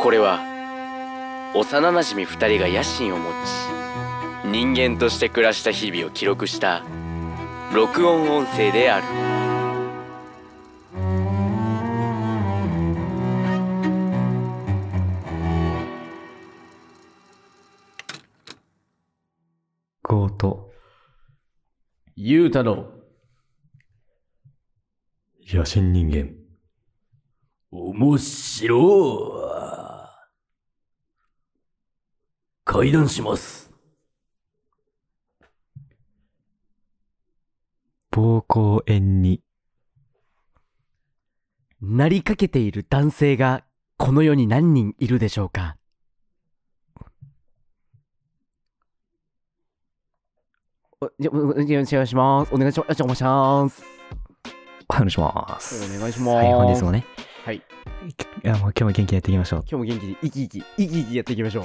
これは幼なじみ2人が野心を持ち人間として暮らした日々を記録した録音音声である強盗。ゆうたの野心人間。面白い階段します暴行縁に。なりかけている男性がこの世に何人いるでしょうかおじゃおおじゃお願いしますお願いしますお願いしますお願いします。お願いしますはい、本日もね。はい。いや、もう今日も元気にやっていきましょう。今日も元気に生き生き生き生きやっていきましょう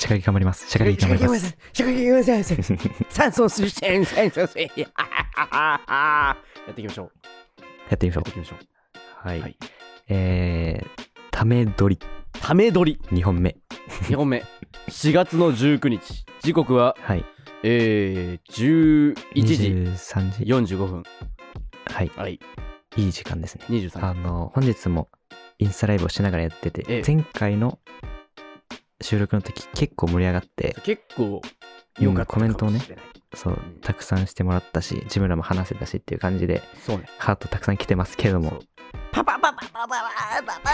社会頑張ります。社会頑張ります。社会頑張ります酸素を吸う酸素を吸うやっていきましょうやってみましやょっていきましょうう。ははいい。えー、ため撮り、ため撮り2本目。 2本目4月の19日時刻ははい。えー、11 23時時。 45分はい。はいいい時間ですね。 23あの、本日もインスタライブをしながらやってええて、前回の収録の時結構盛り上がって、結構良かったかうんコメもントをねしれないそう、たくさんしてもらったし、自分らも話せたしっていう感じで、そうねハートたくさん来てますけれども、パパパパパパパパ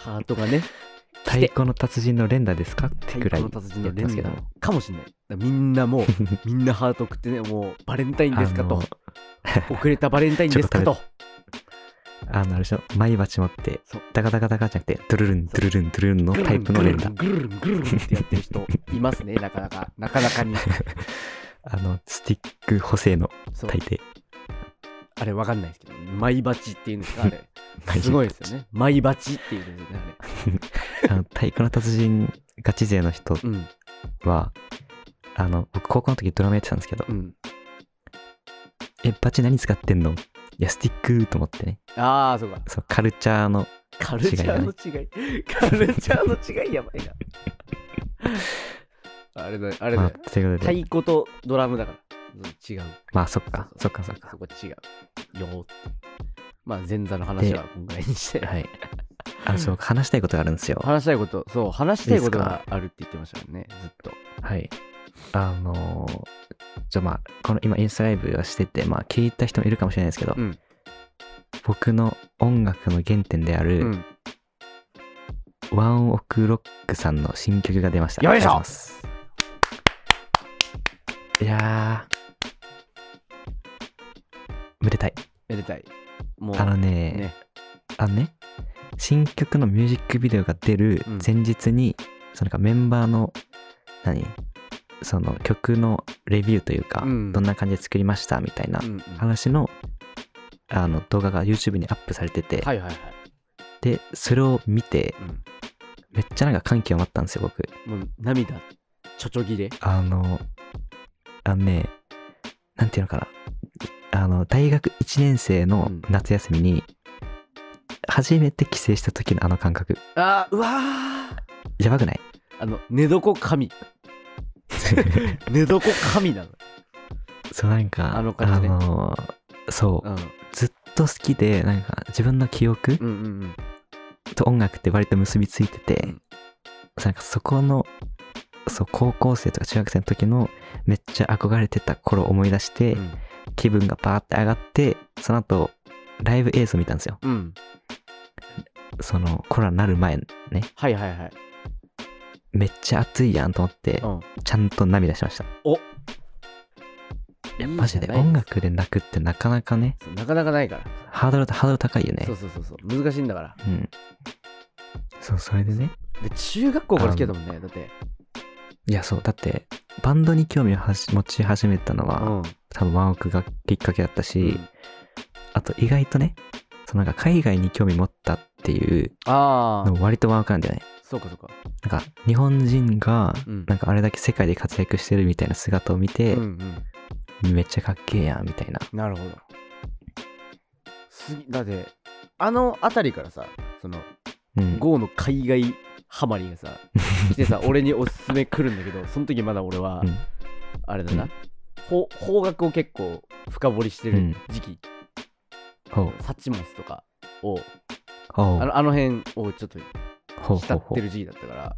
ハートがね太鼓の達人の連打ですかってくらいや太鼓の達人のってますけども。かもしれないだからみんなもうみんなハート送ってねもうバレンタインですかあとの遅れたバレンタインですかちょとっあの、あれでしょ、前鉢持ってそう、ダカダカダカじゃなくて、ドゥルルン、ドゥルルン、ドゥルルンのタイプの連打。グルルングルルングルルンってやってる人います ねなかなかなかなかにあの、スティック補正のそう大抵。あれわかんないですけどマイバチっていうんですかあ れ毎日すごいですよね。マイバチっていうんですよね、あれ。あの太鼓の達人ガチ勢の人うん、は、あの、僕高校の時ドラムやってたんですけどう、ん。え、バチ何使ってんのいや、スティックと思ってね。ああ、そうか。そう、カルチャーの、カルチャーの違い。カルチャーの違いやば いな。あれだよ、あれだまあ、よ。ということ太で、鼓とドラムだから。うん違う。まあ、そっか、そっか、そっかそ。こ違う。よーって。まあ、前座の話は今回にして。はい。あの、そう、話したいことがあるんですよ。話したいこと、そう、話したいことがあるって言ってましたよね、ずっと。はい。あのー、じゃあまあ、この今インスタライブはしてて、まあ、聞いた人もいるかもしれないですけど、うん僕の音楽の原点であうる、ん。ワンオクロックさんの新曲が出ました。よいしょありがとうござますいやー、めでたい。めでたい。もう、あのね、ね。あのね、新曲のミュージックビデオが出るうん前日に、そのなんかメンバーの、何その曲のレビューというか、うんどんな感じで作りましたみたいなうんうん話の、あの動画が YouTube にアップされてて、はいはいはい。で、それを見て、めっちゃなんか感極まったんですよ、僕。うん。もう、涙、ちょちょぎれ。あの、あのね、なんていうのかな。あの、大学1年生の夏休みに、初めて帰省した時のあの感覚、あー、うわー。やばくないあの、寝床 神。寝床神 なの。そうなんかあの感じねのーそう、うん。ずっと好きでなんか自分の記憶うんうんうん。と音楽って割と結びついてて、うんなんかそこのそう高校生とか中学生の時のめっちゃ憧れてた頃を思い出して、うん気分がパーって上がってその後ライブ映像見たんですようん。そのコロナになる前ねはいはいはい。めっちゃ熱いやんと思って、うん。ちゃんと涙しましたおいやマジでいいじゃない音楽で泣くってなかなかねそうなかなかないから。ハードルハードル高いよねそうそうそうそう。難しいんだから。うん。そう、それでね。で、中学校から好きだもんね。だって。いや、そう、だって、バンドに興味をはし持ち始めたのは、うん。多分ワンオクがきっかけだったし、うんあと意外とね、そのなんか海外に興味持ったっていうああ。のも割とワンオクなんだよね。そうかそうか。なんか日本人がうんなんかあれだけ世界で活躍してるみたいな姿を見てうん、うん。めっちゃかっけえやんみたいな。なるほど。すぎだって、あの辺りからさ、その、うん。 GO の海外ハマり がさ来てさ俺におすすめ来るんだけどその時まだ俺は、うんあれだな、うんほ方角を結構深掘りしてうるん時期、ほう。サッチモスとかをほう。あのあの辺をちょっとほうほ浸うっほてる時期だったから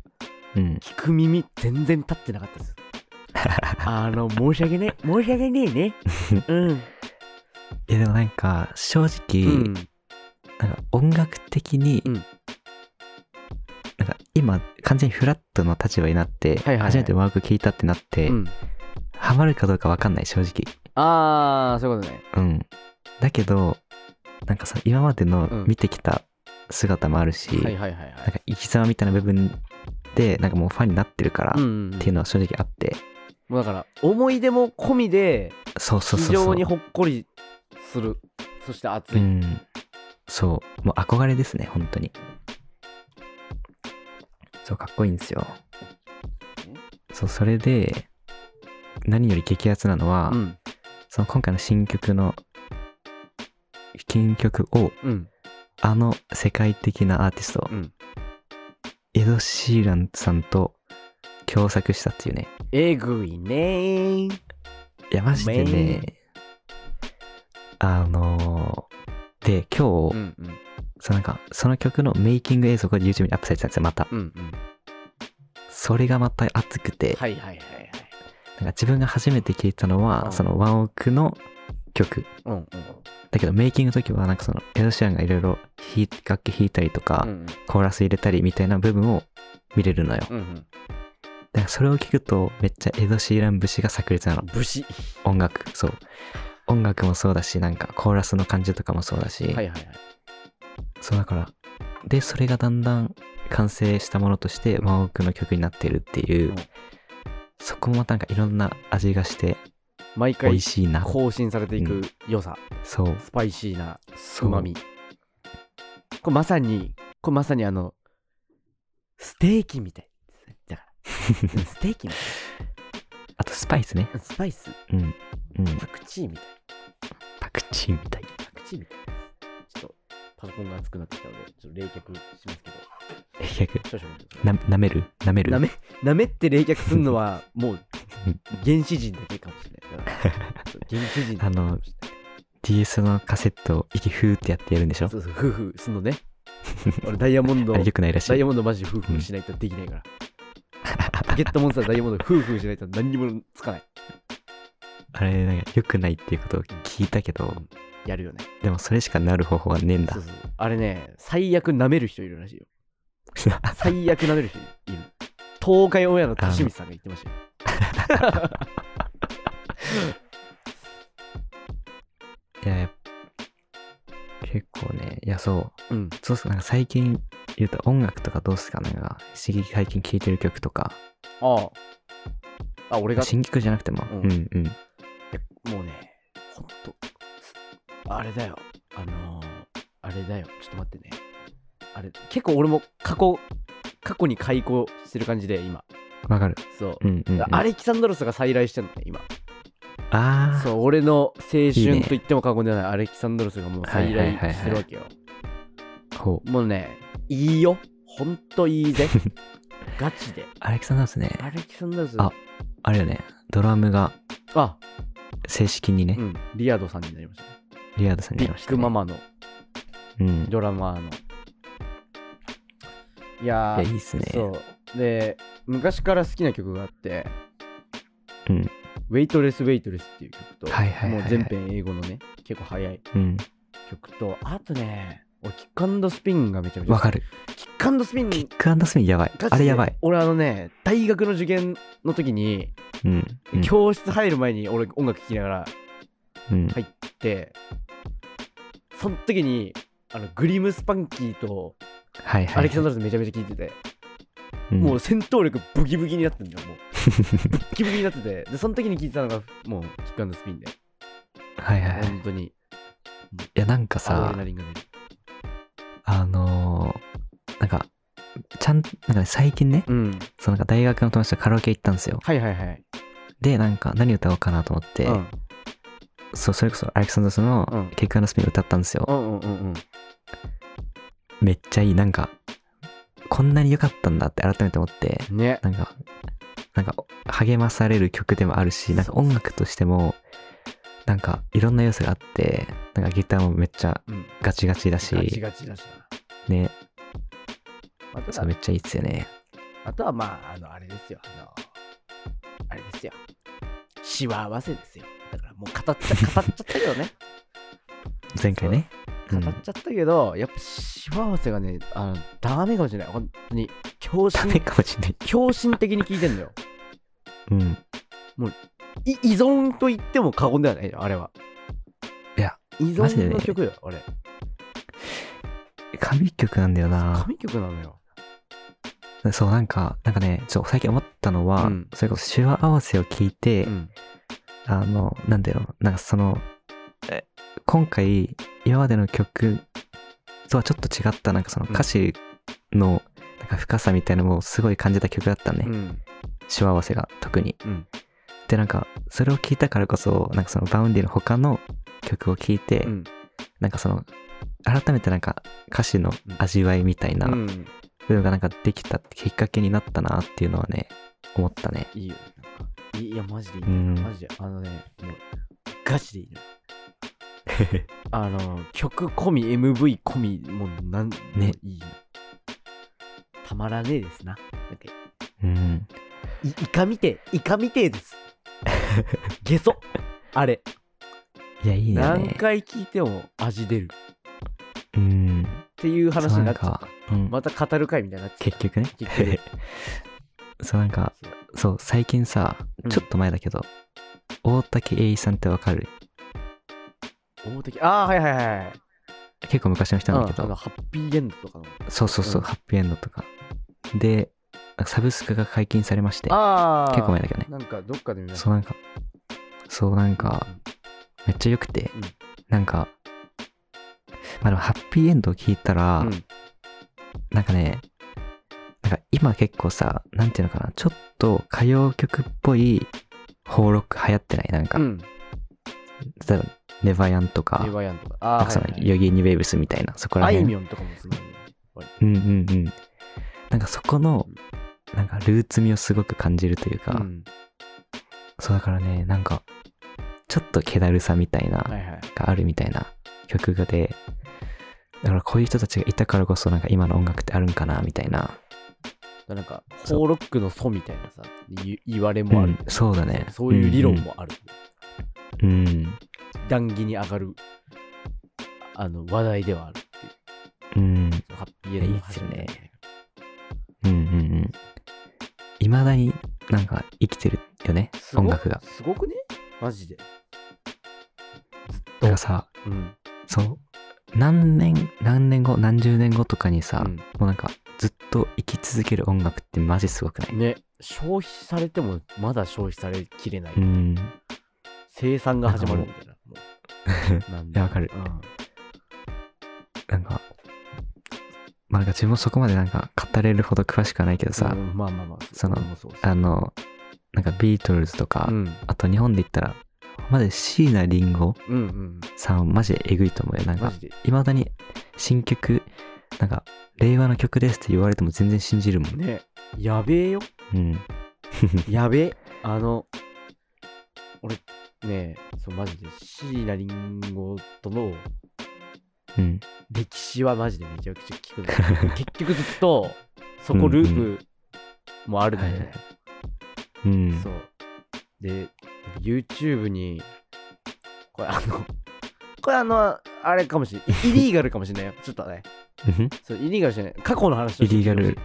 う。うん。聞く耳全然立ってなかったです あの申し訳ない申し訳ねえ ねうん、いやでもなんか、正直、うん、なんか音楽的に、うんなんか今完全にフラットの立場になって、はいはいはい初めてワーク聴いたってなって、うんハマるかどうかわかんない正直ああそういうことねうんだけどなんかさ今までのうん見てきた姿もあるし、はいはいはいはなんいか生き様みたいな部分でなんかもうファンになってるから、うんっうんうんていうのは正直あってもうだから思い出も込みでそうそう非そうそ常うにほっこりするそして熱うい、んそうもう憧れですね本当にそうかっこいいんですよそうそれで何より激アツなのは、うんその今回の新曲の新曲をうんあの世界的なアーティスト、うんエド・シーランさんと共作したっていうねえぐいねーいやマジでねあのーで今日、うんうんそのなんかその曲のメイキング映像が YouTube にアップされてたんですよまたうんうんそれがまた熱くて、はいはいはいはいなんか自分が初めて聞いたのは、うんそのワンオクの曲うんうんだけどメイキングの時はなんかそのエド・シーランがいろいろ弾い楽器弾いたりとか、うんコーラス入れたりみたいな部分を見れるのよ、うんうんだからそれを聞くとめっちゃエド・シーラン節が炸裂なの武士音楽そう音楽もそうだしなんかコーラスの感じとかもそうだし、はいはいはいそうだからでそれがだんだん完成したものとしてワンオクの曲になってるっていう、うんそこもなんかいろんな味がして毎美回味しいな更新されていく良さ、そうスパイシーなそうまみこれまさにこれまさにあのステーキみたいだから ステーキみたあとスパイスねいスパイスうんうんパクチーみたいパクチーみたいパクチーみたいちょっとパソコンが熱くなってきたのでちょっと冷却しますけどえ逆少々お待ちくださな舐める舐めいるなめなめって冷却するの はもう原始人だけかもしれないだからそう原始人だけかもしれない DS のカセットを息ふーってやってやるんでしょそうそう夫婦すんのね俺ダイヤモンドあれ良くないらしダイいヤモンドマジでフーフーしないとできないから。ポケットモンスターダイヤモンドフーフーしないと何にもつかない。あれなんか良くないっていうことを聞いたけどやるよね。でもそれしかなる方法はねえんだそうそう。あれね、最悪舐める人いるらしいよ。最悪舐める人いる。東海オンエアの田清水さんが言ってましたよ。 いややっぱ結構ねいやそううん。そうっすなんか最近言うと音楽とかどうっすかなんか刺激最近聴いてる曲とかああ。あ、俺が、新曲じゃなくても、うんうんうんもうね、ほんと、あれだよ。あのー、あれだよ。ちょっと待ってね。あれ、結構俺も過去、過去に開口してる感じで、今。わかるそう。うんうん、うん、アレキサンドロスが再来してんのね、今。あそう、俺の青春いいねと言っても過言ではないアレキサンドロスがもう再来してるわけよ。あほうもうね、いいよ。ほんといい ぜ。ガチで。アレキサンダースねアレキサンドロス。ああれよねドラムがあ、正式にね、うん。リアドさんになりましたね。リアードさんにビなりましッた、ね、グママのうんいドラマーの。いややーいいっすねそう。で、昔から好きな曲があって、うん。ウェイトレスウェイトレスっていう曲と、はいはいはいはいもう全編英語のね、結構早いうん曲と、あとね、俺、キックアンドスピンがめちゃめちゃ好きわかるキックアンドスピンキックアンドスミンやばいガチであれやばい俺あのね大学の受験の時に、うんうん教室入る前に俺音楽聴きながらうん入ってその時にあのグリムスパンキーとはいはいアレキサンドロスめちゃめちゃ聴いてて、うんもう戦闘力ブギブギになってんだよ もうブッキブギになっててでその時に聴いてたのがもうキックアンドスピンではいはいはい本当にいやなんかアドレさナリンが出るあのーなんかちゃんなんかね最近ねうんそのなんか大学の友達とカラオケ行ったんですよはいはいはい、でなんか何歌おうかなと思って、うんそうそれこそアレキサンドロスうんの「キックアンドスピン」歌ったんですよ、うんうんうんうんめっちゃいいなんかこんなに良かったんだって改めて思って、ねなんか、なんか励まされる曲でもあるし、なんか音楽としても、なんかいろんな要素があって、なんかギターもめっちゃうんガチガチだし、ガチガチだしね、なあとそうはめっちゃいいっすよね。あとはまああのあれですよあのあれですよしわ合わせですよだからもう語っちゃ語っちゃったけどね前回ね。語っちゃったけど、やっぱしわ合わせがねあのダメかもしれない本当に強ダメ心かもしんない。強心的に聞いてんのようん。い依存と言っても過言ではないよあれはいや依マジで存ねの曲よ、俺神曲なんだよな。神曲なのよそう、なんか、なんかね、そう、最近思ったのは、うんそれこそ手話合わせを聞いて、うんあの、なんだろう、なんかその、え今回、今までの曲とはちょっと違った、なんかそのうん歌詞の、なんか深さみたいなのをすごい感じた曲だったのね。うん手話合わせが特に。うんで、なんか、それを聞いたからこそ、なんかそのバウンディの他の曲を聞いて、うんなんかその、改めてなんか歌詞の味わいみたいな、うん部分がなんかできたきっかけになったなっていうのはね思ったねいいよなんかいいいやマジでいい、うんマジであのねもうガチでい いのよあの曲込み MV 込みもうなんもういいたまらねえですななんかうんいイカみてえイカみてえです ゲソあれいやいいよ何ね回聞いても味出るうんっていう話そうにななんっちゃったか、うん、また語る回みたいになっちゃっ結た局ね結局 そうなんかそうそう最近さうんちょっと前だけど、大竹栄一さんってわかる大敵ああはいはいはい結構昔の人なんだうんけあど、のハッピーエンドとかのそうそうそう、うんハッピーエンドとかでなんかサブスクが解禁されましてああ結構前だけどねなんかどっかで見ましたそうなんかそうなんかめっちゃ良くて、うんなんかまあでもハッピーエンドを聞いたら、うんなんかね、なんか今結構さ、なんていうのかな、ちょっと歌謡曲っぽい邦ロック流行ってないなんか、うん例えばネバヤンとかネ、バヤンとか。なあんかそのはいはいヨギーニウェーブスみたいな、そこらあい辺。みょんとかもすごいね。うんうんうん。なんかそこの、なんかルーツ味をすごく感じるというか、うんそうだからね、なんか、ちょっと気だるさみたいな、はいはい。があるみたいな曲がで、だからこういう人たちがいたからこそ、なんか今の音楽ってあるんかな、みたいな。なんか、そうホーロックの祖みたいなさ、い言われもあるう。んそうだねそういう理論もある。うん。談義に上がる、あの、話題ではあるっていう。うん。そのハッピーエンドいやいのいっす始よまりねだね。うんうんうん。いまだになんか生きてるよね、すご音楽が。すごくねマジで。なんかさ、うん。そう、何年、何年後、何十年後とかにさ、うもんうなんかずっと生き続ける音楽ってマジすごくない、ね、消費されても、まだ消費されきれない。うん。生産が始まるみたいな。も うなんだいやわかるうんなんか、まあなんか自分もそこまでなんか語れるほど詳しくはないけどさ、うんまあまあまあ、その俺もそうそうあの、なんかビートルズとか、うん、あと日本で言ったら、マジで椎名林檎うんうんさんマジでえぐいと思うよ。なんマかジでいまだに新曲なんか令和の曲ですって言われても全然信じるもんねねやべえようんやべえあの俺ねそうマジで椎名林檎とのうん歴史はマジでめちゃくちゃ聞くんだけ ど結局ずっとそこルうんうープもあるんだよね、うんそうで YouTube にこれあの これあのあれかもしれ ないイリーガルかもしれないよちょっとねうんそうイリーガルじゃない過去の話をイリーガル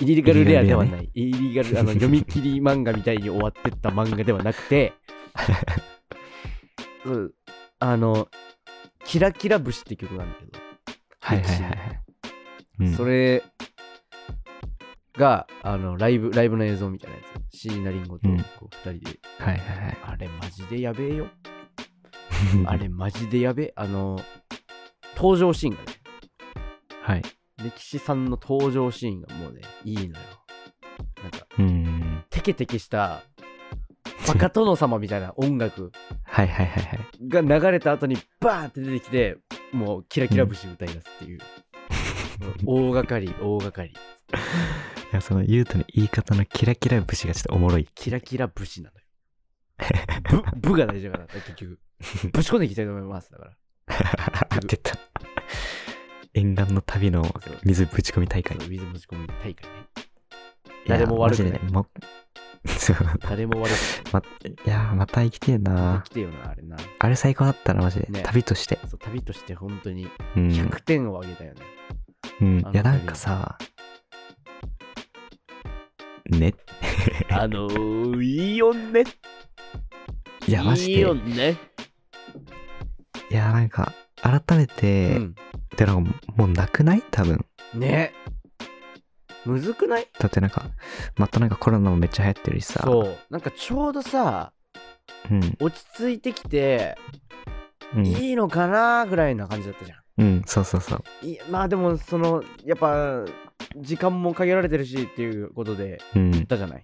イリーガルレアではないイリーガル あの読み切り漫画みたいに終わってった漫画ではなくて そうあの「キラキラ節」って曲なんだけど、はいはいはいはいうんそれがあのライブライブの映像みたいなやつ椎名林檎とうんこう2人で、はいはいはいあれマジでやべえよあれマジでやべえあの登場シーンがね はい歴史さんの登場シーンがもうねいいのよなんかうんテケテケしたバカ殿様みたいな音楽はいはいはいはいが流れた後にバーンって出てきてもうキラキラ節歌い出すっていう、大掛かり、大掛かり。やそのゆうとの言い方のキラキラ節がちょっとおもろいキラキラ武士な のよ。ぶ、ぶが大事だから、結局。ぶち込んでいきたいと思います。だから。出 た沿岸の旅のそう水ぶち込み大会水持ち込み大会ね。いや誰も悪くないマジでねもそう 誰も悪まいやーまた行きてえくな。ない来てよな、あれな。あれ最高だったなマジで、ね旅としてそう旅として本当にうん、 100点をあげたよ ね。うん、いあのやなんかさねあのー、いいよね。いやマジでいいよね。いやなんか改めて、うんでなんかもうなくない多分ね。むずくないだってなんかまたなんかコロナもめっちゃ流行ってるしさそう。なんかちょうどさ、うん落ち着いてきて、うん、いいのかなぐらいな感じだったじゃん。うん、そうそうそういやまあでもそのやっぱ時間も限られてるしっていうことでうん言ったじゃない、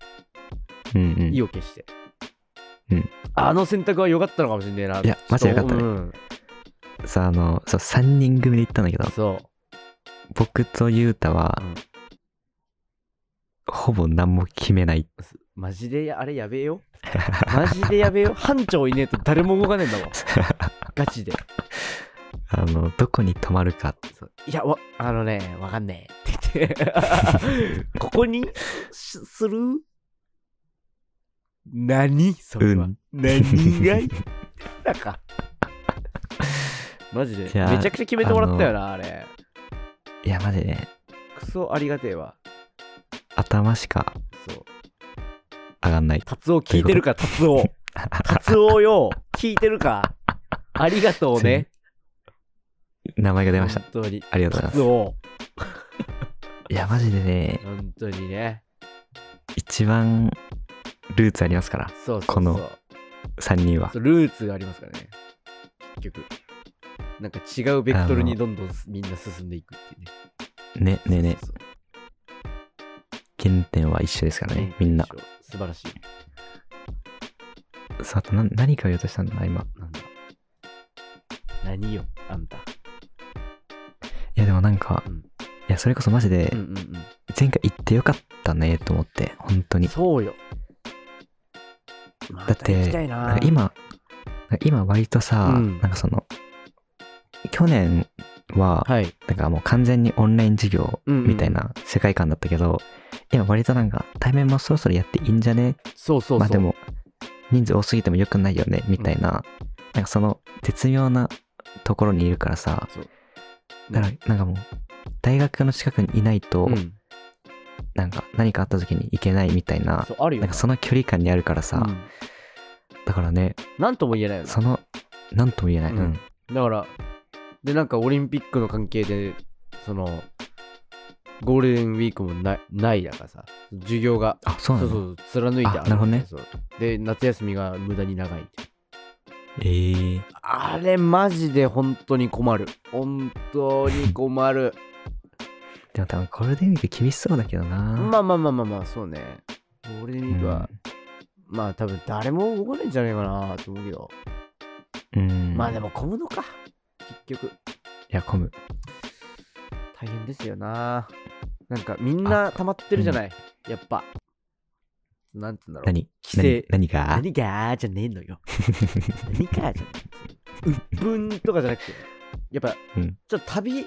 うんうん意を決して、うんあの選択は良かったのかもしれねえないいやマジで良かったねうん、さあのそう3人組で行ったんだけどそ僕とゆうたは、うんほぼ何も決めない うすマジであれやべえよマジでや べえよ班長いねえと誰も動かねえんだもんガチであのどこに泊まるかそういやわあのねわかんねえって言ってここにしする何それは、うん何が いなんかマジでめいちやゃくちゃ決めてもらったよなあれいやマジでクソありがてえわ頭しかそう上がんない達夫聞いてるか達夫 達夫よ聞いてるかありがとう ね名前が出ました本当にありがとうござ達いま夫すいやマジでね本当にね一番ルーツありますからそうそうそうこの3人はそうルーツがありますからね結局なんか違うベクトルにどんどんみんな進んでいくっていうねねねねそうそうそう原点は一緒ですからねみんな素晴らしいさああとな何か言おうとしたんだな今なんだ何よあんたいやでもなんか、うんいやそれこそマジでうんうんうん前回行ってよかったねと思って本当にそうよ。まだって行きたいなんなか、今なんか今割とさ、うんなんかその去年は、はい。なんかもう完全にオンライン授業うんうんみたいな世界観だったけど、今割となんか対面もそろそろやっていいんじゃねそうそうそう。まあでも人数多すぎても良くないよねみたいな、なんかその絶妙なところにいるからさそう、だからなんかもう大学の近くにいないと、うん、なんか何かあった時に行けないみたいなそうあるよなんかその距離感にあるからさ、うんだからねなんとも言えないよな。その何とも言えない、うんうんだから、で、なんかオリンピックの関係で、その、ゴールデンウィークもない、ないだからさ、授業が、あそそううなそのうそう、貫いてあるあなるほどねそうで、夏休みが無駄に長いみたいな。えー、あれ、マジで本当に困る。本当に困る。でも多分ゴールデンウィーク厳しそうだけどな、まあまあまあまあまあ、そうね。ゴールデンウうィークはん、まあ多分誰も動かないんじゃないかなと思うけど、うん、まあでも混むのか結局いや混む大変ですよななんかみんな溜まってるじゃない、やっぱなんて言うんだろう何規制何何が何がーじゃねえの よ何かーじゃねえうっぷんとかじゃなくてやっぱ、うんちょっと旅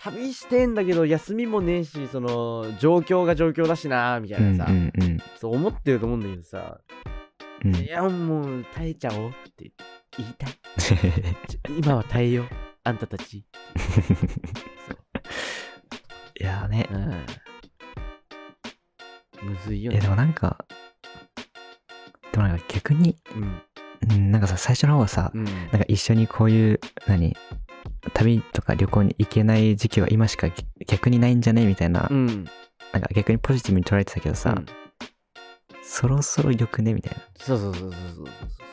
旅してんだけど休みもねえしその状況が状況だしなーみたいなさ、うんうんそう思ってると思うんだけどさ、うんうんいやもう耐えちゃおうって言いたいいちょ今は耐えよう。あんたたち。やーねうん。むずいよいやね。でもなんかでもなんか逆にうん。うんなんかさ最初の方はさ、うん。なんか一緒にこういう何旅とか旅行に行けない時期は今しかぎ逆にないんじゃねみたいな、うん。なんか逆にポジティブに捉えてたけどさ、うんそろそろよくねみたいなそうそうそうそうそうそう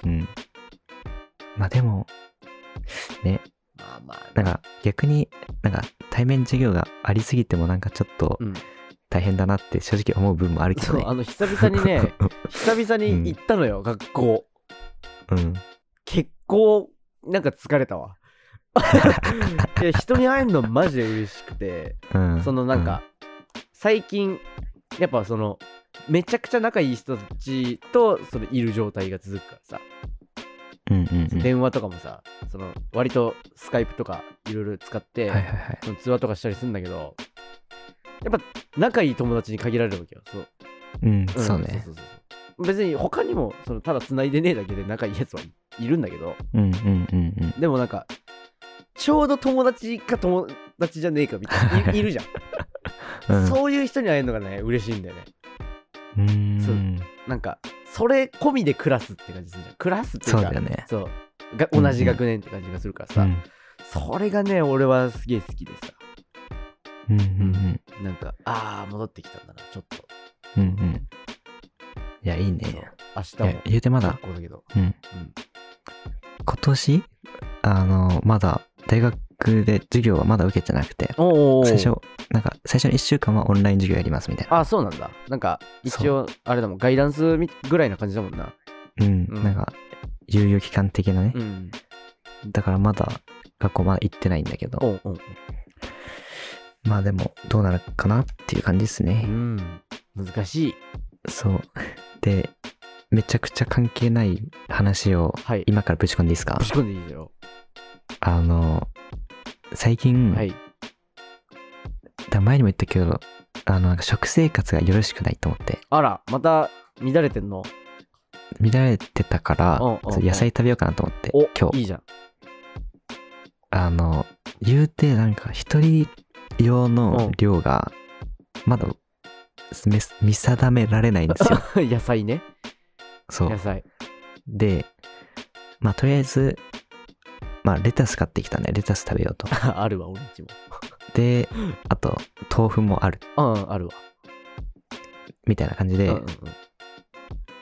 そう。うんまあでもまあまあ。なんか逆になんか対面授業がありすぎてもなんかちょっとうん。大変だなって正直思う部分もあるけどそう、あねの、久々にね、久々に行ったのよ、学校。うん 結構、なんか疲れたわ。いや人に会えるのマジで嬉しくて うん、そのなんか、最近やっぱそのめちゃくちゃ仲いい人たちとそのいる状態が続くからさ、うん、うんうんうん電話とかもさその割とスカイプとかいろいろ使って、はいはいはいその通話とかしたりするんだけどやっぱ仲いい友達に限られるわけよそう、うんんそうねそうそうそう別に他にもそのただ繋いでねえだけで仲いいやつはいいるんだけどうんうんうんうんでもなんかちょうど友達か友達じゃねえかみたいないいるじゃん、うんそういう人に会えるのがね嬉しいんだよねうーんなんかそれ込みで暮らすって感じするじゃん暮らすっていうかそうだよねそうが同じ学年って感じがするからさ、うんそれがね俺はすげえ好きでさうんうんなんかああ戻ってきたんだなちょっとうんうんうんいやいいねそう明日いもや言うてまだ学校だけどうんうん今年あのまだ大学で授業はまだ受けてなくてお最初なんか最初の1週間はオンライン授業やりますみたいなあそうなんだなんか一応あれだもんガイダンスみぐらいな感じだもんなうん、うんなんか猶予期間的なね、んだからまだ学校まだ行ってないんだけどおうおうまあでもどうなるかなっていう感じですうね、ん難しいそうでめちゃくちゃ関係ない話をはい今からぶち込んでいいですかぶち込んでいいよあの最近、はいだ前にも言ったけどあのなんか食生活がよろしくないと思ってあらまた乱れてんの乱れてたからうんうんうんそう野菜食べようかなと思ってお今日いいじゃんあの言うてなんか一人用うのん量がまだめ見定められないんで すよ野菜ねそ野う 菜でまあとりあえずまあレタス買ってきたねレタス食べようとあるわ俺んちもであと豆腐もあるうんあるわみたいな感じで、うんうんうん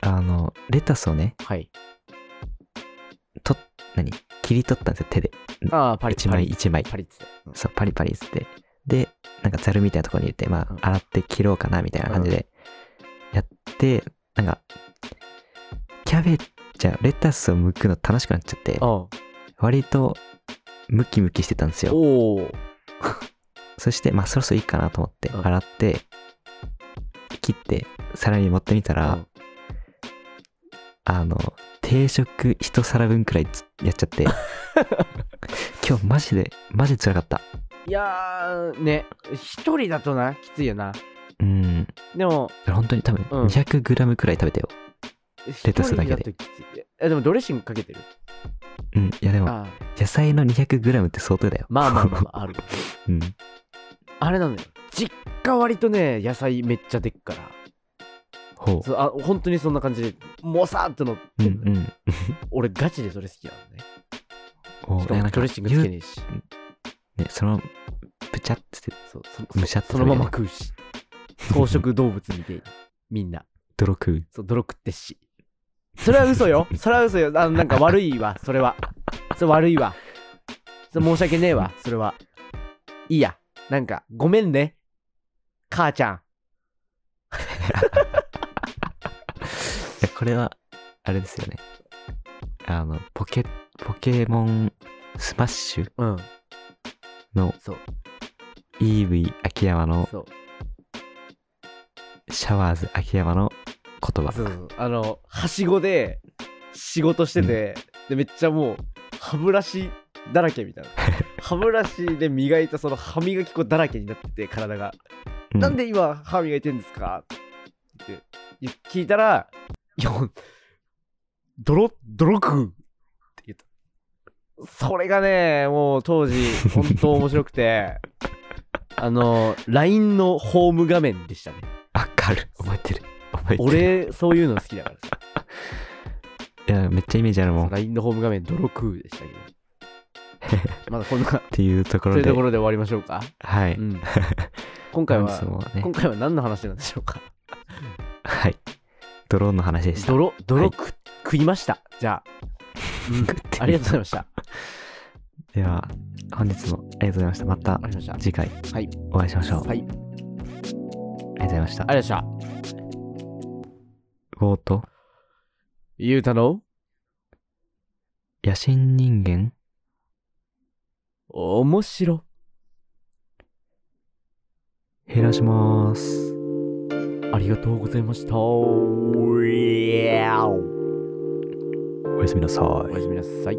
あのレタスをねはいと何切り取ったんですよ手でああパリ一パ枚リ一枚パリって言ってそうパリパリっつってでなんかザルみたいなところに入れてまうんあ洗って切ろうかなみたいな感じでやって、なんかキャベじゃレタスを剥くの楽しくなっちゃってたうん割とムキムキしてたんですよおおそしてまあそろそろいいかなと思ってうん洗って切って皿に持ってみたら、あの定食一皿分くらいつやっちゃって 今日マジでマジで辛かったいやーね一人だとなきついよなうんでも本当に多分うん 200g くらい食べたよ、レタスだけ一で人ときついえでもドレッシングかけてるうん、いやでもああ野菜の 200g って相当だよまあまあまあまああ るうんあれなのよ実家割とね野菜めっちゃでっからほそうあ本当にそんな感じでもさーっとのってうんのうんよ、うん俺ガチでそれ好きなのねおしかいやもなんドかレッシングつけ言ねえしうねそのプチャッつってそうそむしゃってそそのまま食うし草食動物みたいにみんな泥食うそう泥食ってっしそれは嘘よそれは嘘よあのなんか悪いわそれはそれ悪いわそれ申し訳ねえわそれはいいやなんかごめんね母ちゃんいやこれはあれですよねあのポケポケモンスマッシュうんのそうイーブイ秋山のそうシャワーズ秋山の言葉そうそうそうあのはしごで仕事してて、でめっちゃもう歯ブラシだらけみた いな歯ブラシで磨いたその歯磨き粉だらけになってて体がうなんで今歯磨いてんですかって言って聞いたら、いや、泥、泥食うって言った。それがね、もう当時、本当面白く て、あの、LINE のホーム画面でしたね。わかる覚えてる覚えてる俺、そういうの好きだからさ。いやめっちゃイメージあるもそんっう LINE のホーム画面、泥食うでしたけど。 まだこんな、ていうとことろいうでところで終わりましょうか。、はいう ん、今回本日は、もね今回は何の話なんでしょうか。はいドローンの話でした泥、は泥いく、食いました。じゃあ、うん食ってありがとうございました。では本日もありがとうございましたまたありがとうございまし次回た。はい。お会いしましょう、はい。ありがとうありがとうございましたございました。ゴートゆうたの野心人間面白。減らします。ありがとうございました。おおやすみなさいやすみなさい。